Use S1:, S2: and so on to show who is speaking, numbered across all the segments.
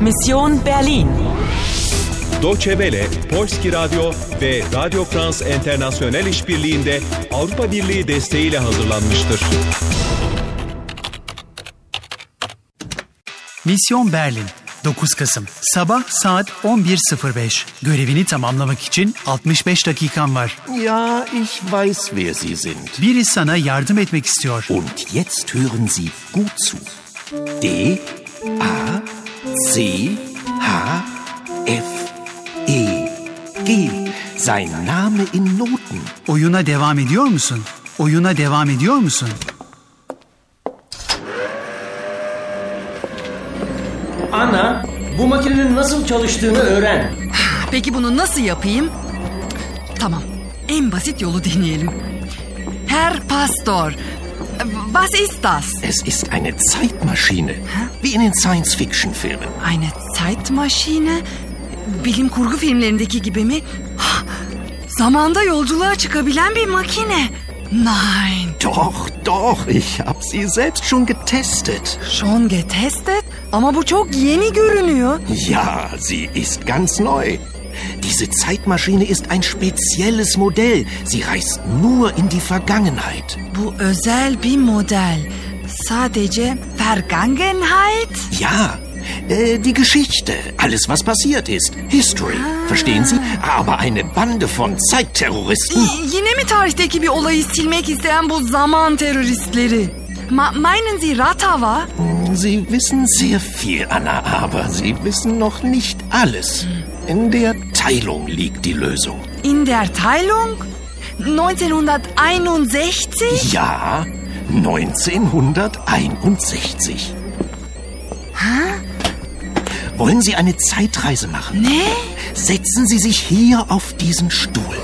S1: Mission Berlin.
S2: Deutsche Welle, Polski Radyo ve Radio France International işbirliğinde Avrupa Birliği desteğiyle hazırlanmıştır.
S3: Misyon Berlin 9 Kasım Sabah saat 11.05 Görevini tamamlamak için 65 dakikan var.
S4: Ja, ich weiß, wer Sie sind.
S3: Biri sana yardım etmek istiyor.
S4: Und jetzt hören Sie gut zu. D, A, C, H, F, E, G. Sein Name in Noten.
S3: Oyuna devam ediyor musun? Oyuna devam ediyor musun?
S5: Ana, bu makinenin nasıl çalıştığını öğren.
S6: Peki bunu nasıl yapayım? Tamam. En basit yolu deneyelim. Herr Pastor, was ist das?
S4: Es ist eine Zeitmaschine. Wie in den Science-Fiction-Filmen.
S6: Eine Zeitmaschine? Bilim kurgu filmlerindeki gibi mi? Hah, Zamanda yolculuğa çıkabilen bir makine. Nein,
S4: Doch, doch, ich habe sie selbst schon getestet.
S6: schon getestet ama bu çok yeni görünüyor.
S4: Ja, sie ist ganz neu. Diese Zeitmaschine ist ein spezielles Modell. Sie reist nur in die Vergangenheit.
S6: Bu özel bir model. Sadece Vergangenheit.
S4: Ja, äh, die Geschichte, alles was passiert ist. History, verstehen Sie? Aber eine Bande von Zeitterroristen.
S6: Y- Yine mi tarihteki bir olayı silmek isteyen bu zaman teröristleri? Ma meinen Sie Ratava?
S4: Sie wissen sehr viel, Anna, aber Sie wissen noch nicht alles. In der Teilung liegt die Lösung.
S6: In der Teilung? 1961?
S4: Ja, 1961. Wollen Sie eine Zeitreise machen?
S6: Ne?
S4: Setzen Sie sich hier auf diesen Stuhl.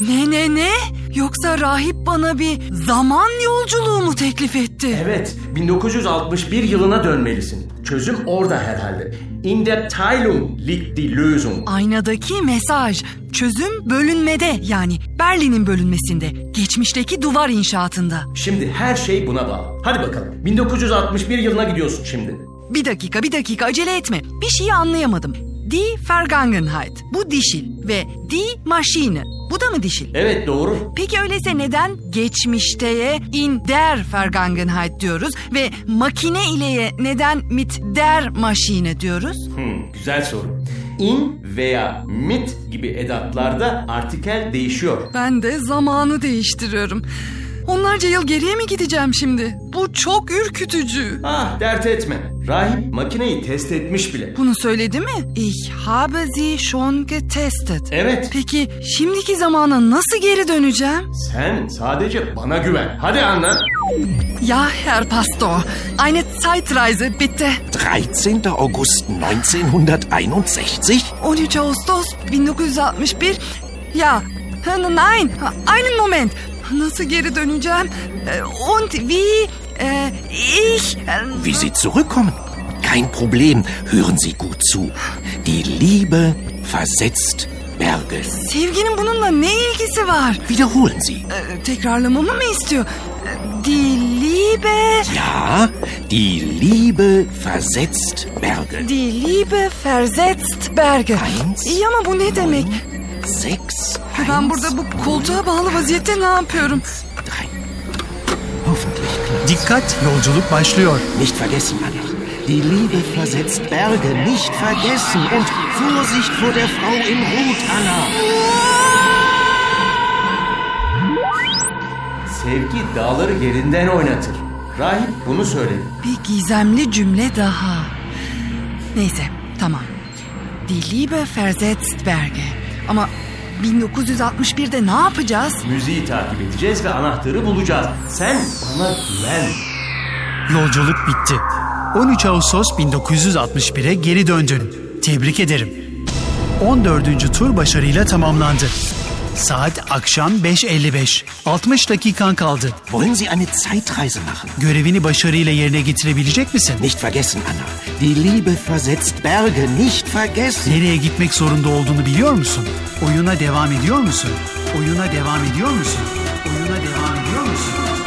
S6: Ne ne ne? Yoksa rahip bana bir zaman yolculuğu mu teklif etti?
S5: Evet, 1961 yılına dönmelisin. Çözüm orada herhalde. In der Teilung liegt die Lösung.
S6: Aynadaki mesaj. Çözüm bölünmede yani Berlin'in bölünmesinde. Geçmişteki duvar inşaatında.
S5: Şimdi her şey buna bağlı. Hadi bakalım. 1961 yılına gidiyorsun şimdi.
S6: Bir dakika bir dakika acele etme. Bir şeyi anlayamadım. Die Vergangenheit. Bu dişil ve die Maschine. Bu da mı dişil?
S5: Evet doğru.
S6: Peki öyleyse neden geçmişteye in der Vergangenheit diyoruz ve makine ileye neden mit der Maschine diyoruz?
S5: Hmm, güzel soru. In veya mit gibi edatlarda artikel değişiyor.
S6: Ben de zamanı değiştiriyorum. Onlarca yıl geriye mi gideceğim şimdi? Bu çok ürkütücü.
S5: Ah dert etme. Rahip makineyi test etmiş bile.
S6: Bunu söyledi mi? Ich habe sie schon getestet.
S5: Evet.
S6: Peki şimdiki zamana nasıl geri döneceğim?
S5: Sen sadece bana güven. Hadi anla.
S6: Ya Herr Pastor, eine Zeitreise bitte.
S4: 13. August 1961?
S6: 13 Ağustos 1961. Ya, n- nein, einen Moment. Nasıl geri döneceğim? E, Und wie e, ich e,
S4: Wie Sie zurückkommen? Kein Problem, hören Sie gut zu. Die Liebe versetzt Berge.
S6: sevginin bununla ne ilgisi var?
S4: Wiederholen Sie.
S6: E, Tekrarlamamı mı istiyor? E, Die Liebe,
S4: Ja, die Liebe versetzt Berge.
S6: die Liebe versetzt Berge.
S4: Eins,
S6: İyi ama bu ne demek?
S4: Sechs.
S6: Ben
S4: eins,
S6: burada bu koltuğa bağlı vaziyette ne yapıyorum?
S4: drei. Hoffentlich klappt.
S3: Dikkat yolculuk başlıyor.
S4: Nicht vergessen, Anna. Die Liebe versetzt Berge. Nicht vergessen. Und Vorsicht vor der Frau in Rot, Anna.
S5: Sevgi dağları yerinden oynatır. Rahip bunu söyledi.
S6: Bir gizemli cümle daha. Neyse tamam. Die Liebe versetzt Berge. Ama 1961'de ne yapacağız?
S5: Müziği takip edeceğiz ve anahtarı bulacağız. Sen bana güven.
S3: Yolculuk bitti. 13 Ağustos 1961'e geri döndün. Tebrik ederim. 14. tur başarıyla tamamlandı. Saat akşam 5.55. 60 dakikan kaldı.
S4: Wollen Sie eine Zeitreise machen?
S3: Görevini başarıyla yerine getirebilecek misin?
S4: Nicht vergessen, Anna. Die Liebe versetzt Berge. Nicht vergessen.
S3: Nereye gitmek zorunda olduğunu biliyor musun? Oyuna devam ediyor musun? Oyuna devam ediyor musun? Oyuna devam ediyor musun?